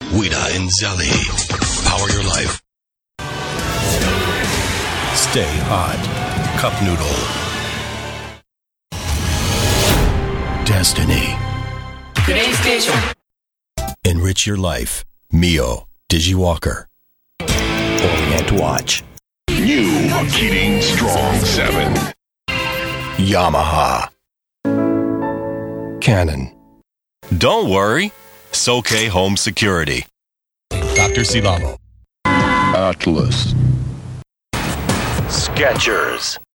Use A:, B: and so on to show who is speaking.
A: Wida and Zelli. Power your life. Stay hot. Cup noodle. Destiny.
B: Today's station.
A: Enrich your life. Mio. Digi Walker. Orient Watch.
C: New Keating Strong 7.
A: Yamaha. Canon. Don't worry. Soke Home Security. Dr. Silamo.
C: Atlas.
A: Sketchers.